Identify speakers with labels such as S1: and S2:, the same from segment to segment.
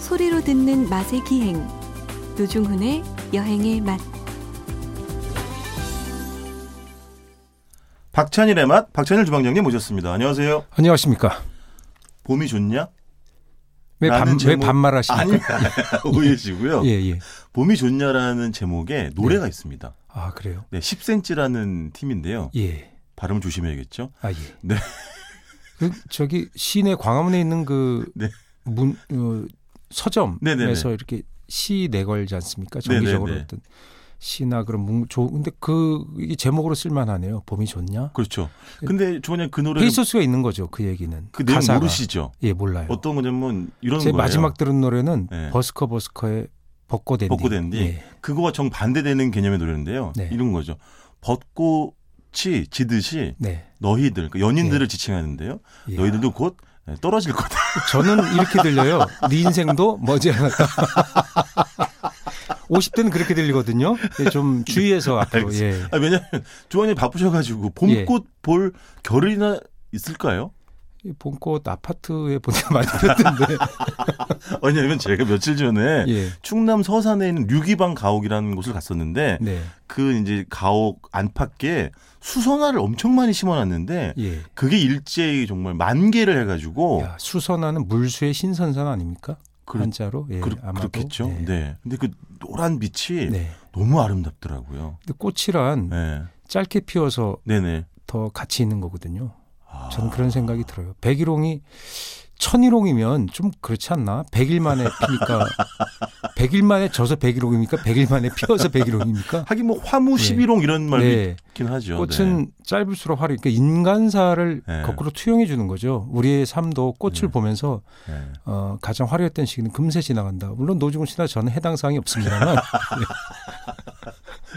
S1: 소리로 듣는 맛의 기행 노중훈의 여행의 맛
S2: 박찬일의 맛, 박찬일 주방장님 모셨습니다. 안녕하세요.
S3: 안녕하십니까.
S2: 봄이 좋냐?
S3: 왜,
S2: 라는
S3: 반,
S2: 제목-
S3: 말하십니까
S2: 아니, 오해시고요.
S3: 예, 예.
S2: 봄이 좋냐라는 제목의 노래가 있습니다.
S3: 아, 그래요?
S2: 네, 10cm라는 팀인데요.
S3: 예.
S2: 발음 조심해야겠죠.
S3: 아, 예.
S2: 네.
S3: 그, 저기, 시내 광화문에 있는 그,
S2: 네.
S3: 문, 어, 서점에서
S2: 네네네.
S3: 이렇게 시 내걸지 않습니까? 정기적으로
S2: 네네네.
S3: 어떤 시나 그런 문, 좋, 근데 그, 이게 제목으로 쓸만하네요. 봄이 좋냐?
S2: 그렇죠. 근데 저번에 그 노래
S3: 페이소스가 있는 거죠. 그 얘기는.
S2: 그 내용
S3: 예. 가사가.
S2: 모르시죠?
S3: 예, 몰라요.
S2: 어떤 거냐면 이런
S3: 제
S2: 거예요.
S3: 마지막 들은 노래는
S2: 네.
S3: 버스커 버스커의 벚꽃 엔딩.
S2: 벚꽃 엔딩.
S3: 예.
S2: 그거와 정 반대되는 개념의 노래인데요.
S3: 네.
S2: 이런 거죠. 벚꽃이 지듯이
S3: 네.
S2: 너희들, 그 연인들을 지칭하는데요.
S3: 예.
S2: 너희들도 곧 떨어질 거다.
S3: 저는 이렇게 들려요. 네 인생도 머지않았다. 50대는 그렇게 들리거든요. 예, 좀
S2: 네,
S3: 주의해서 앞으로. 예.
S2: 아, 왜냐하면 조원이 바쁘셔가지고 봄꽃 볼 겨를이나 있을까요?
S3: 예. 이 봄꽃 아파트에 보내 많이 들었던데.
S2: 왜냐하면 제가 며칠 전에
S3: 예.
S2: 충남 서산에 있는 류기방 가옥이라는 곳을 갔었는데
S3: 네.
S2: 그 이제 가옥 안팎에 수선화를 엄청 많이 심어놨는데
S3: 예.
S2: 그게 일제히 정말 만개를 해가지고
S3: 야, 수선화는 물수의 신선산 아닙니까?
S2: 어. 그렇-
S3: 한자로. 예.
S2: 그렇,
S3: 아마도.
S2: 그렇겠죠.
S3: 예.
S2: 네. 근데 그 노란 빛이
S3: 네.
S2: 너무 아름답더라고요.
S3: 근데 꽃이란
S2: 네.
S3: 짧게 피어서
S2: 네네.
S3: 더 가치 있는 거거든요.
S2: 아,
S3: 저는 그런 생각이 들어요. 백일홍이 천일홍이면 좀 그렇지 않나? 백일 만에 피니까 백일 만에 져서 백일홍입니까? 백일 만에 피어서 백일홍입니까?
S2: 하긴 뭐 화무 11홍 이런 말도
S3: 네.
S2: 있긴 하죠.
S3: 꽃은
S2: 네.
S3: 짧을수록 화려. 그러니까 인간사를
S2: 네.
S3: 거꾸로 투영해 주는 거죠. 우리의 삶도 꽃을
S2: 네.
S3: 보면서
S2: 네.
S3: 어, 가장 화려했던 시기는 금세 지나간다. 물론 노중훈 씨나 저는 해당 사항이 없습니다만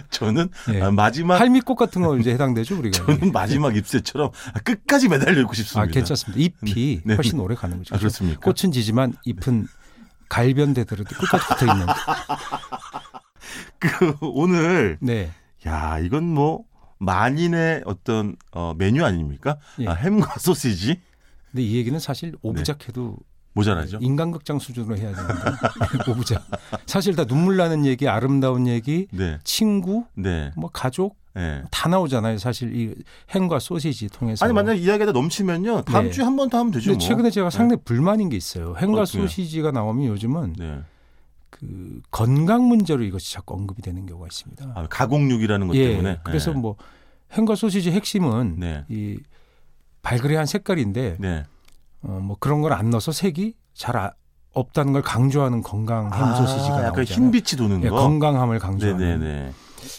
S2: 저는
S3: 네.
S2: 아, 마지막
S3: 할미꽃 같은 거 이제 해당되죠 우리가.
S2: 저는 마지막 잎새처럼 끝까지 매달려 있고 싶습니다.
S3: 아 괜찮습니다. 잎이
S2: 네.
S3: 훨씬 오래 가는 거죠.
S2: 아, 그렇습니까?
S3: 꽃은 지지만 잎은 갈변되더라도 끝까지 붙어 있는.
S2: 그 오늘
S3: 네.
S2: 야 이건 뭐 만인의 어떤 어, 메뉴 아닙니까?
S3: 예.
S2: 아, 햄과 소시지
S3: 근데 이 얘기는 사실
S2: 네.
S3: 오부작해도
S2: 모자라죠.
S3: 인간극장 수준으로 해야 되는데 오부작. 사실 다 눈물 나는 얘기, 아름다운 얘기,
S2: 네,
S3: 친구,
S2: 네,
S3: 뭐 가족
S2: 네.
S3: 다 나오잖아요. 사실 이 햄과 소시지 통해서.
S2: 아니 만약 이야기가 넘치면요 다음
S3: 네.
S2: 주에 한 번 더 하면 되죠.
S3: 근데
S2: 뭐.
S3: 최근에 제가 상당히 불만인 게 있어요. 햄과
S2: 어떻게요?
S3: 소시지가 나오면 요즘은
S2: 네.
S3: 그 건강 문제로 이것이 자꾸 언급이 되는 경우가 있습니다. 예.
S2: 아, 가공육이라는 것 때문에.
S3: 그래서
S2: 네.
S3: 뭐 햄과 소시지 핵심은
S2: 네.
S3: 이 발그레한 색깔인데
S2: 네.
S3: 어, 뭐 그런 걸 안 넣어서 색이 잘 아- 없다는 걸 강조하는 건강 햄
S2: 아,
S3: 소시지가
S2: 약간
S3: 나오잖아요.
S2: 흰 빛이 도는
S3: 예,
S2: 거.
S3: 건강함을 강조하는.
S2: 네네네.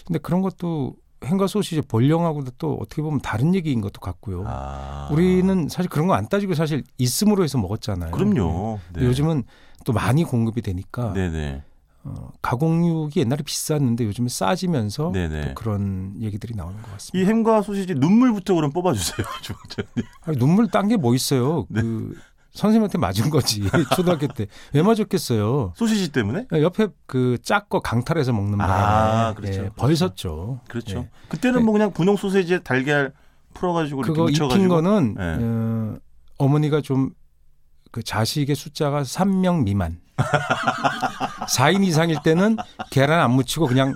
S3: 근데 그런 것도 햄과 소시지 본령하고도 또 어떻게 보면 다른 얘기인 것도 같고요.
S2: 아.
S3: 우리는 사실 그런 거 안 따지고 사실 있음으로 해서 먹었잖아요.
S2: 그럼요. 네.
S3: 근데 요즘은 또 많이 공급이 되니까
S2: 네네.
S3: 어, 가공육이 옛날에 비쌌는데 요즘에 싸지면서
S2: 네네.
S3: 또 그런 얘기들이 나오는 것 같습니다.
S2: 이 햄과 소시지 눈물부터 그럼 뽑아주세요. 주방장님.
S3: 아니, 눈물 딴 게 뭐 있어요?
S2: 네.
S3: 그 선생님한테 맞은 거지 초등학교 때 왜 맞았겠어요?
S2: 소시지 때문에?
S3: 옆에 그 짝거 강탈해서 먹는 바람에
S2: 아, 그렇죠.
S3: 예, 벌섰죠.
S2: 그렇죠.
S3: 예.
S2: 그때는 뭐 그냥 분홍 소세지에 달걀 풀어가지고 이렇게
S3: 그거 입힌
S2: 묻혀가지고.
S3: 거는
S2: 예.
S3: 어, 어머니가 좀 그 자식의 숫자가 3명 미만. 4인 이상일 때는 계란 안 묻히고 그냥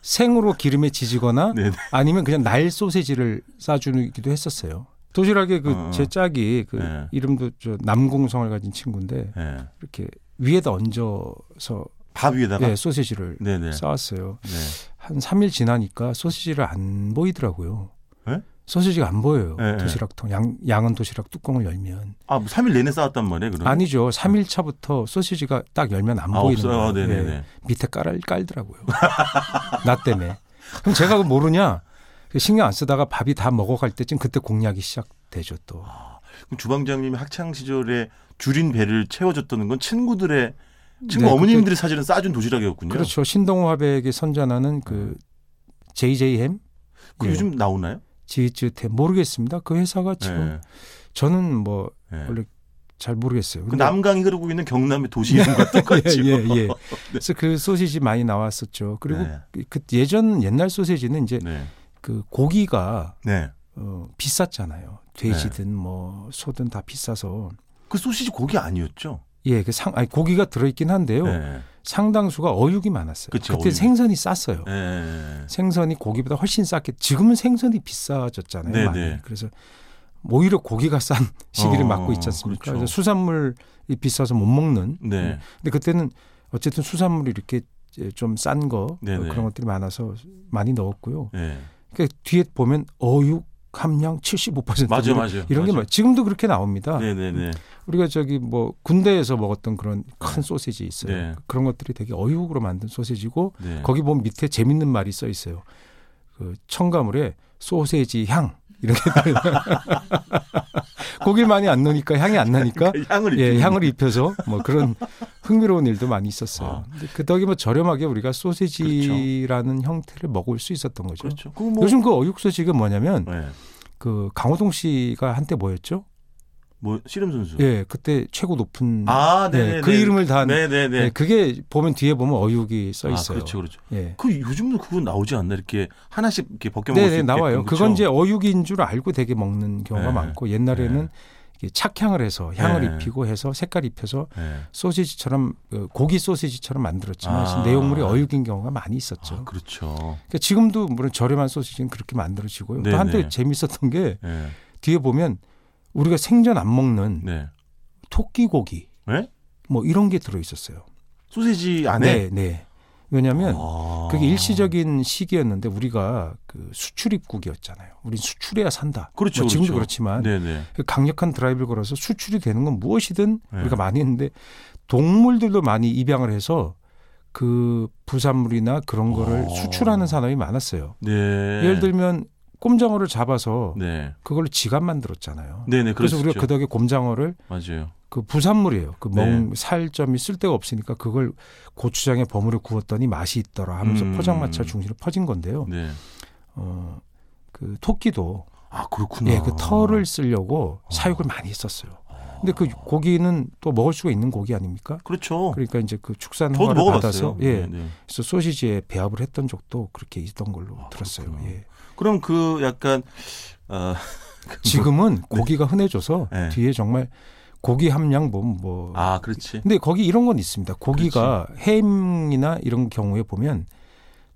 S3: 생으로 기름에 지지거나
S2: 네네.
S3: 아니면 그냥 날 소세지를 싸주기도 했었어요. 도시락에 그
S2: 어.
S3: 제 짝이 그
S2: 네.
S3: 이름도 저 남공성을 가진 친구인데
S2: 예.
S3: 이렇게 위에다 얹어서
S2: 밥 위에다가.
S3: 예, 소세지를
S2: 네. 네네.
S3: 싸왔어요.
S2: 네.
S3: 한 3일 지나니까 소시지를 안 보이더라고요.
S2: 예?
S3: 소시지가 안 보여요.
S2: 예, 예.
S3: 도시락통 양, 양은 도시락 뚜껑을 열면
S2: 아, 뭐 3일 내내 싸웠단 말이에요. 그럼.
S3: 아니죠. 3일 차부터 소시지가 딱 열면 안
S2: 아,
S3: 보이는
S2: 없어요.
S3: 거예요.
S2: 아, 네네네.
S3: 예. 밑에 깔 깔더라고요. 나 때문에. 그럼 제가 그거 모르냐? 신경 안 쓰다가 밥이 다 먹어갈 때쯤 그때 공략이 시작되죠 또.
S2: 아, 그럼 주방장님이 학창 시절에 줄인 배를 채워줬다는 건 친구들의 친구
S3: 네,
S2: 어머님들이 사실은 싸준 도시락이었군요. 음.
S3: 그렇죠. 신동호 화백이 선전하는 그 JJ햄
S2: 그
S3: 예.
S2: 요즘 나오나요?
S3: 지읒햄 모르겠습니다. 그 회사가
S2: 네.
S3: 지금 저는 뭐
S2: 예. 예.
S3: 원래 잘 모르겠어요.
S2: 그
S3: 근데-
S2: 남강이 흐르고 있는 경남의 도시 이름 같은
S3: 예,
S2: 거죠.
S3: 예, 예. 그래서 그 소시지 많이 나왔었죠. 그리고
S2: 네.
S3: 그- 그 예전 옛날 소시지는 이제
S2: 네.
S3: 그 고기가
S2: 네.
S3: 어, 비쌌잖아요. 돼지든 뭐 소든 다 비싸서
S2: 그 소시지 고기 아니었죠?
S3: 예, 그 상, 아니, 고기가 들어있긴 한데요.
S2: 예.
S3: 상당수가 어육이 많았어요.
S2: 그쵸,
S3: 때
S2: 어육이.
S3: 생선이 쌌어요.
S2: 예.
S3: 생선이 고기보다 훨씬 쌌게 지금은 생선이 비싸졌잖아요.
S2: 네,
S3: 많이.
S2: 네.
S3: 그래서 오히려 고기가 싼 시기를
S2: 어,
S3: 맞고 있지 않습니까?
S2: 그렇죠.
S3: 그래서 수산물이 비싸서 못 먹는.
S2: 네.
S3: 근데 그때는 어쨌든 수산물이 이렇게 좀 싼 거 어,
S2: 네, 네.
S3: 그런 것들이 많아서 많이 넣었고요.
S2: 예.
S3: 그러니까 뒤에 보면 어육 함량 75%
S2: 맞아요,
S3: 이런,
S2: 맞아요.
S3: 이런 게
S2: 맞아요.
S3: 많아요. 지금도 그렇게 나옵니다.
S2: 네, 네, 네.
S3: 우리가 저기 뭐 군대에서 먹었던 그런 큰 소시지 있어요.
S2: 네.
S3: 그런 것들이 되게 어육으로 만든 소시지고
S2: 네.
S3: 거기 보면 밑에 재밌는 말이 써 있어요. 그 첨가물에 소세지 향 이렇게 고기를 많이 안 넣으니까 향이 안 나니까
S2: 향을
S3: 예,
S2: 입히는
S3: 향을 입혀서 뭐 그런 흥미로운 일도 많이 있었어요.
S2: 아.
S3: 근데 그 덕에 뭐 저렴하게 우리가 소세지라는 형태를 먹을 수 있었던 거죠.
S2: 그렇죠. 그 뭐.
S3: 요즘 그 어육 소식은 뭐냐면
S2: 예.
S3: 그 강호동 씨가 한때 뭐였죠?
S2: 뭐 씨름 선수.
S3: 예, 그때 최고 높은
S2: 아,
S3: 예,
S2: 네, 네.
S3: 그 이름을 다한
S2: 네, 네,
S3: 예,
S2: 네.
S3: 그게 보면 뒤에 보면 어육이 써
S2: 아,
S3: 있어요.
S2: 그렇죠, 그렇죠.
S3: 예.
S2: 그 요즘도 그건 나오지 않나 이렇게 하나씩 이렇게 벗겨 먹을 수 그렇죠?
S3: 네네
S2: 있게
S3: 나와요. 그건 이제 어육인 줄 알고 되게 먹는 경우가
S2: 네.
S3: 많고 옛날에는
S2: 네.
S3: 이게 착향을 해서 향을
S2: 네.
S3: 입히고 해서 색깔 입혀서
S2: 예.
S3: 소시지처럼 어, 고기 소시지처럼 만들었지만
S2: 아.
S3: 내용물이 어육인 경우가 많이 있었죠.
S2: 아, 그렇죠.
S3: 그러니까 지금도 물론 저렴한 소시지는 그렇게 만들어지고요.
S2: 네네.
S3: 또 한때 재밌었던 게
S2: 예.
S3: 뒤에 보면 우리가 생전 안 먹는
S2: 네.
S3: 토끼 고기
S2: 네?
S3: 뭐 이런 게 들어 있었어요.
S2: 소세지 안에
S3: 네, 네. 왜냐하면
S2: 아.
S3: 그게 일시적인 시기였는데 우리가 그 수출입국이었잖아요. 우린 수출해야 산다.
S2: 그렇죠,
S3: 뭐
S2: 그렇죠.
S3: 지금도 그렇지만
S2: 네, 네.
S3: 그 강력한 드라이브를 걸어서 수출이 되는 건 무엇이든
S2: 네.
S3: 우리가 많이 했는데 동물들도 많이 입양을 해서 그 부산물이나 그런 거를
S2: 어.
S3: 수출하는 산업이 많았어요.
S2: 네.
S3: 예를 들면 꼼장어를 잡아서
S2: 네.
S3: 그걸로 지갑 만들었잖아요.
S2: 네, 네. 그래서
S3: 그래서 우리가 그 덕에 곰장어를
S2: 맞아요.
S3: 그 부산물이에요. 그 멍
S2: 네.
S3: 살점이 쓸데가 없으니까 그걸 고추장에 버무려 구웠더니 맛이 있더라 하면서
S2: 음.
S3: 포장마차 중심으로 퍼진 건데요.
S2: 네.
S3: 어, 그 토끼도
S2: 아, 그렇구나.
S3: 예, 그 털을 쓰려고 사육을 많이 했었어요. 근데 그 고기는 또 먹을 수가 있는 고기 아닙니까?
S2: 그렇죠.
S3: 그러니까 이제 그 축산
S2: 저도
S3: 허가를
S2: 먹어
S3: 받아서
S2: 봤어요.
S3: 예,
S2: 네, 네.
S3: 그래서 소시지에 배합을 했던 적도 그렇게 있던 걸로 들었어요.
S2: 아, 그렇구나.
S3: 예.
S2: 그럼 그 약간 어,
S3: 지금은 고기가 흔해져서
S2: 네.
S3: 뒤에 정말 고기 함량 보면 뭐
S2: 아, 그렇지.
S3: 근데 거기 이런 건 있습니다. 고기가 햄이나 이런 경우에 보면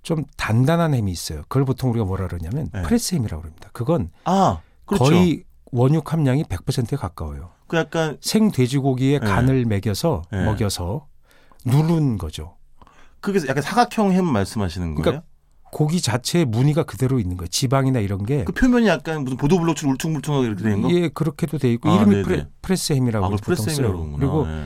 S3: 좀 단단한 햄이 있어요. 그걸 보통 우리가 뭐라 그러냐면
S2: 네.
S3: 프레스 햄이라고 그럽니다. 그건
S2: 아, 그렇죠.
S3: 거의 원육 함량이 100%에 가까워요.
S2: 그 약간
S3: 생 돼지고기에
S2: 네.
S3: 간을 먹여서
S2: 네.
S3: 먹여서 누른 거죠.
S2: 그게 약간 사각형 햄 말씀하시는 거예요?
S3: 그러니까 고기 자체의 무늬가 그대로 있는 거예요. 지방이나 이런 게.
S2: 그 표면이 약간 무슨 보도블록처럼 울퉁불퉁하게 이렇게 된 거?
S3: 예, 그렇게도 돼 있고
S2: 아,
S3: 이름이
S2: 네네.
S3: 프레, 프레스 햄이라고
S2: 아, 그걸
S3: 보통 써요.
S2: 프레스햄이라고 그러구나.
S3: 그리고
S2: 예.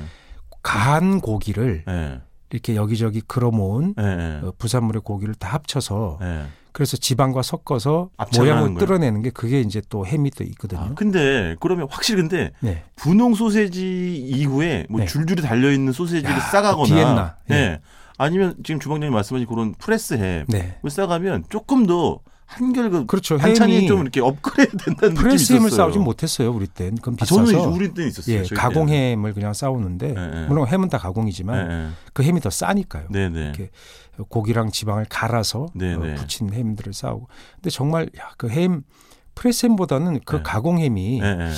S3: 간 고기를
S2: 예.
S3: 이렇게 여기저기 걸어 모은
S2: 예. 예.
S3: 어, 부산물의 고기를 다 합쳐서
S2: 예.
S3: 그래서 지방과 섞어서
S2: 압착을 하는
S3: 모양을
S2: 거예요.
S3: 뜯어내는 게 그게 이제 또 햄이 또 있거든요.
S2: 아, 근데 그러면 확실히 근데
S3: 네.
S2: 분홍 소세지 이후에 뭐
S3: 네.
S2: 줄줄이 달려 있는 소세지를
S3: 야,
S2: 싸가거나
S3: 비엔나. 예.
S2: 네. 아니면 지금 주방장님 말씀하신 그런 프레스햄
S3: 네.
S2: 을 싸가면 조금 더 한결 그
S3: 그렇죠.
S2: 반찬이
S3: 햄이
S2: 좀 이렇게 업그레이드 된다는
S3: 프레스
S2: 느낌이
S3: 햄을
S2: 있었어요.
S3: 싸우지 못했어요. 우리 땐. 그건
S2: 아,
S3: 비싸서.
S2: 저는 우리 때는 있었어요.
S3: 예,
S2: 저희 때는.
S3: 가공햄을 그냥 싸우는데
S2: 예, 예.
S3: 물론 햄은 다 가공이지만
S2: 예,
S3: 그 햄이 더 싸니까요.
S2: 예. 네네.
S3: 이렇게 고기랑 지방을 갈아서
S2: 네, 네.
S3: 어, 붙인 햄들을 싸우고. 근데 정말 야, 그 햄 프레스햄보다는 그
S2: 네.
S3: 가공햄이
S2: 예, 예.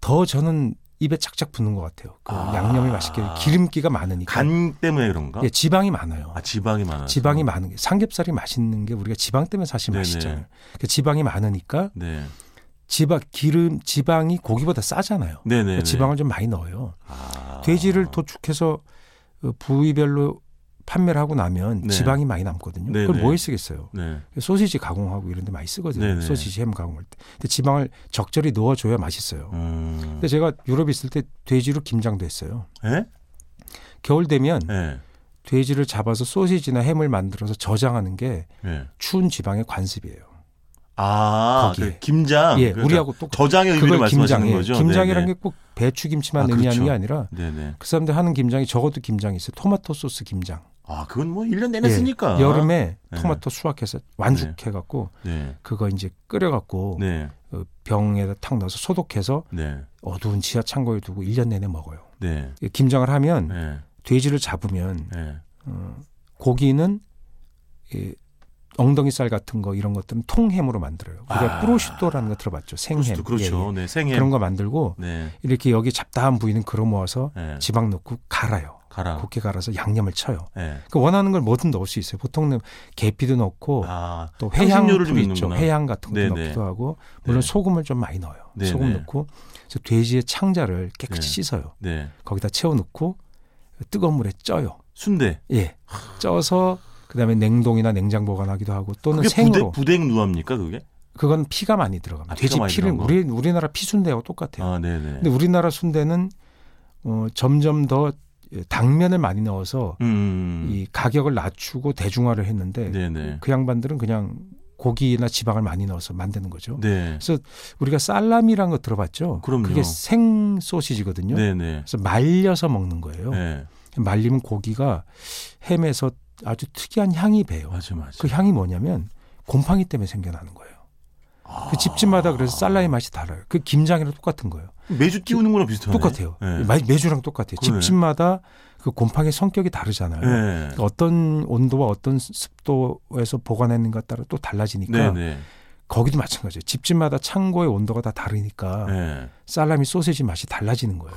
S3: 더 저는 입에 착착 붙는 것 같아요. 그
S2: 아.
S3: 양념이 맛있게 기름기가 많으니까.
S2: 간 때문에 그런가?
S3: 예, 지방이 많아요.
S2: 아 지방이 많아.
S3: 지방이 많은 게 삼겹살이 맛있는 게 우리가 지방 때문에 사실
S2: 네네.
S3: 맛있잖아요. 그 지방이 많으니까
S2: 네.
S3: 지방 기름 지방이 고기보다 싸잖아요.
S2: 네네.
S3: 그러니까 지방을 좀 많이 넣어요.
S2: 아.
S3: 돼지를 도축해서 어, 부위별로 판매를 하고 나면
S2: 네.
S3: 지방이 많이 남거든요.
S2: 네네.
S3: 그걸 뭐에 쓰겠어요?
S2: 네.
S3: 소시지 가공하고 이런 데 많이 쓰거든요.
S2: 네네.
S3: 소시지 햄 가공할 때. 근데 지방을 적절히 넣어줘야 맛있어요.
S2: 음.
S3: 근데 제가 유럽에 있을 때 돼지로 김장도 했어요.
S2: 예?
S3: 겨울 되면
S2: 예.
S3: 돼지를 잡아서 소시지나 햄을 만들어서 저장하는 게
S2: 예.
S3: 추운 지방의 관습이에요.
S2: 아,
S3: 거기에.
S2: 그 김장.
S3: 예,
S2: 그러니까
S3: 우리하고 똑같
S2: 저장의 의미를
S3: 그걸
S2: 말씀하시는
S3: 김장, 예.
S2: 거죠.
S3: 김장이라는
S2: 네네.
S3: 게 꼭 배추
S2: 아,
S3: 김치만 의미하는
S2: 그렇죠.
S3: 게 아니라
S2: 네네.
S3: 그 사람들 하는 김장이 적어도 김장이 있어요. 토마토 소스 김장.
S2: 아, 그건 뭐 1년 내내
S3: 예.
S2: 쓰니까.
S3: 여름에
S2: 네.
S3: 토마토 수확해서 완죽해 갖고
S2: 네.
S3: 그거 이제 끓여 갖고
S2: 네.
S3: 어, 병에다 탁 넣어서 소독해서
S2: 네.
S3: 어두운 지하 창고에 두고 1년 내내 먹어요.
S2: 네.
S3: 이 김장을 하면
S2: 네.
S3: 돼지를 잡으면
S2: 네.
S3: 어, 고기는 이 엉덩이 살 같은 거 이런 것들은 통햄으로 만들어요. 우리가
S2: 아.
S3: 프로슈토라는 거 들어봤죠. 생햄.
S2: 그것도 그렇죠.
S3: 예,
S2: 네, 생애.
S3: 예. 그런 거 만들고
S2: 네.
S3: 이렇게 여기 잡다한 부위는 걸어 모아서
S2: 네.
S3: 지방 넣고 갈아요.
S2: 가라.
S3: 곱게 갈아서 양념을 쳐요.
S2: 네.
S3: 그 원하는 걸 뭐든 넣을 수 있어요. 보통은 계피도 넣고
S2: 아,
S3: 또
S2: 향신료를
S3: 회향도
S2: 좀
S3: 있죠.
S2: 넣는구나.
S3: 회향 같은 것도
S2: 네네.
S3: 넣기도 하고 물론
S2: 네.
S3: 소금을 좀 많이 넣어요.
S2: 네네.
S3: 소금 넣고 그래서 돼지의 창자를 깨끗이 씻어요.
S2: 네.
S3: 거기다 채워 넣고 뜨거운 물에 쪄요.
S2: 순대.
S3: 예, 쪄서 그다음에 냉동이나 냉장 보관하기도 하고 또는
S2: 그게
S3: 생으로
S2: 부대, 부댕 누합니까 그게?
S3: 그건 피가 많이 들어갑니다.
S2: 아, 피가
S3: 돼지
S2: 많이
S3: 피를
S2: 들어간 거?
S3: 우리 우리나라 피 순대하고 똑같아요.
S2: 아, 네, 네.
S3: 근데 우리나라 순대는 어, 점점 더 당면을 많이 넣어서
S2: 음,
S3: 이 가격을 낮추고 대중화를 했는데
S2: 네, 네.
S3: 그 양반들은 그냥 고기나 지방을 많이 넣어서 만드는 거죠.
S2: 네.
S3: 우리가 살라미라는 거 들어봤죠?
S2: 그럼요.
S3: 게생 소시지거든요.
S2: 네, 네.
S3: 그래서 말려서 먹는 거예요.
S2: 네.
S3: 말리면 고기가 햄에서 아주 특이한 향이 배요.
S2: 맞아, 맞아.
S3: 그 향이 뭐냐면 곰팡이 때문에 생겨나는 거예요.
S2: 아.
S3: 그 집집마다 그래서 살라미 맛이 달라요. 그 김장이랑 똑같은 거예요.
S2: 그 매주 띄우는 거랑 비슷하네.
S3: 똑같아요.
S2: 네.
S3: 마- 매주랑 똑같아요.
S2: 그러네.
S3: 집집마다 그 곰팡이 성격이 다르잖아요.
S2: 네.
S3: 어떤 온도와 어떤 습도에서 보관했는가 따라 또 달라지니까
S2: 네, 네.
S3: 거기도 마찬가지예요. 집집마다 창고의 온도가 다 다르니까
S2: 네.
S3: 살라미 소세지 맛이 달라지는 거예요.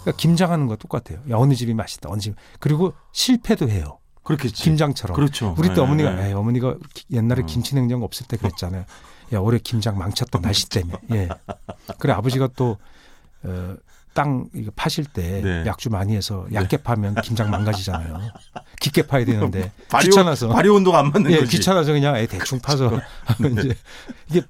S3: 그러니까 김장하는 거 똑같아요. 야, 어느 집이 맛있다. 어느 집 그리고 실패도 해요.
S2: 그렇겠지.
S3: 김장처럼.
S2: 그렇죠.
S3: 우리 때
S2: 네,
S3: 어머니가
S2: 네.
S3: 에이, 어머니가 기- 옛날에
S2: 음.
S3: 김치냉장고 없을 때 그랬잖아요. 야 올해 김장 망쳤다 날씨 때문에. 예. 그래 아버지가 어, 또땅 이거 파실 때
S2: 네.
S3: 약주 많이 해서 얕게 파면 김장 망가지잖아요. 깊게 파야 되는데
S2: 발효-
S3: 귀찮아서
S2: 발효 온도가 안 맞는 거지.
S3: 예,
S2: 그렇죠. 네.
S3: 귀찮아서 그냥 애 대충 파서 하면 이제 이게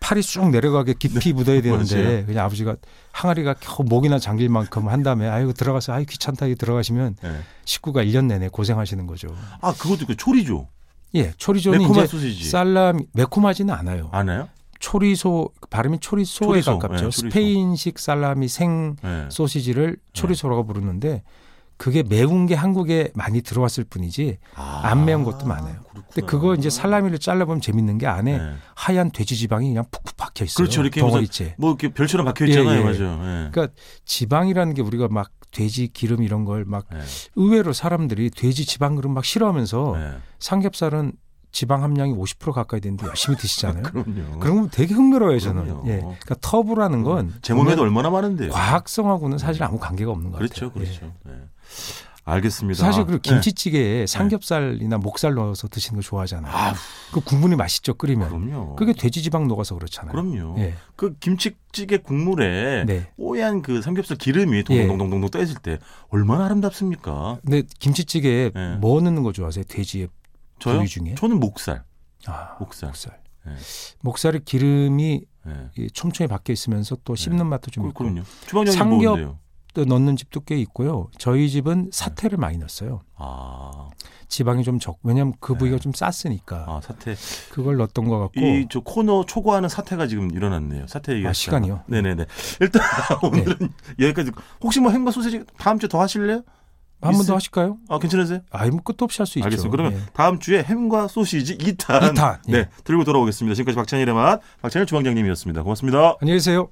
S3: 팔이 쭉 내려가게 깊이 묻어야 되는데
S2: 맞아요.
S3: 그냥 아버지가 항아리가 겨우 목이나 잠길 만큼 한 다음에 아이고 들어가서 아이 귀찮다 이 들어가시면
S2: 네.
S3: 식구가 1년 내내 고생하시는 거죠.
S2: 아, 그것도 그 초리죠.
S3: 예, 초리조는
S2: 매콤한
S3: 이제
S2: 소시지.
S3: 살람 매콤하지는 않아요.
S2: 아나요?
S3: 초리소 발음이 초리소에
S2: 초리소,
S3: 가깝죠.
S2: 예, 초리소.
S3: 스페인식 살라미 생
S2: 네.
S3: 소시지를 초리소라고 부르는데 그게 매운 게 한국에 많이 들어왔을 뿐이지 아, 안 매운 것도 많아요. 근데 그거 이제 살라미를 잘라보면 재밌는 게 안에
S2: 네.
S3: 하얀 돼지 지방이 그냥 푹푹 박혀 있어요.
S2: 그렇죠. 이렇게 무슨-
S3: 덩어리째.
S2: 뭐 이렇게 별처럼 박혀 있잖아요.
S3: 예, 예.
S2: 맞아요. 예.
S3: 그러니까 지방이라는 게 우리가 막 돼지 기름 이런 걸 막
S2: 예.
S3: 의외로 사람들이 돼지 지방 그름 막그 싫어하면서
S2: 예.
S3: 삼겹살은 지방 함량이 50% 가까이 되는데 열심히 드시잖아요.
S2: 그럼요.
S3: 네. 그러면 되게 흥미로워요 저는.
S2: 그럼요. 네.
S3: 예. 그러니까 터부라는 건
S2: 제 몸에도 얼마나 많은데요. 네.
S3: 과학성하고는 사실 아무 관계가 없는 것
S2: 그렇죠,
S3: 같아요. 예.
S2: 그렇죠. 예. 알겠습니다.
S3: 사실 그
S2: 예.
S3: 김치찌개에 삼겹살이나 목살 넣어서 드시는 거 좋아하잖아요.
S2: 아,
S3: 그 국물이 맛있죠 끓이면.
S2: 네. 그럼요.
S3: 그게 돼지 지방 녹아서 그렇잖아요.
S2: 그럼요.
S3: 예.
S2: 그 김치찌개 국물에
S3: 네. 예.
S2: 뽀얀 그 삼겹살 기름이 동동동동동 떠 있을 때 얼마나 아름답습니까?
S3: 근데 김치찌개에
S2: 예.
S3: 뭐 넣는 거 좋아하세요? 돼지의
S2: 저요?
S3: 부위 중에?
S2: 저는 목살.
S3: 아,
S2: 목살.
S3: 목살.
S2: 예.
S3: 목살의 기름이
S2: 예.
S3: 이 촘촘히 박혀 있으면서 또 씹는 맛도 좀
S2: 그,
S3: 있고
S2: 그럼요. 주방장님
S3: 삼겹-
S2: 뭐인데요?
S3: 또 넣는 집도 꽤 있고요. 저희 집은
S2: 예.
S3: 사태를 많이 넣었어요.
S2: 아,
S3: 지방이 좀 적. 왜냐하면 그
S2: 네.
S3: 부위가 좀 쌌으니까
S2: 아 사태.
S3: 그걸 넣었던 것 같고.
S2: 이 저 코너 초과하는 사태가 지금 일어났네요. 사태 얘기.
S3: 아, 시간이요? 네.
S2: 네네네. 일단 오늘은 여기까지. 혹시 뭐 행과 소세지 다음 주에 더 하실래요?
S3: 한 번
S2: 있을-
S3: 더 하실까요?
S2: 아 괜찮으세요?
S3: 아이 뭐 끝도 없이 할 수 있죠.
S2: 알겠습니다. 그러면 아, 네.
S3: 예.
S2: 다음 주에 햄과 소시지 2탄,
S3: 이탄, 예.
S2: 네, 들고 돌아오겠습니다. 지금까지 박찬일의 맛, 박찬일 주방장님이었습니다. 고맙습니다.
S3: 안녕히 계세요.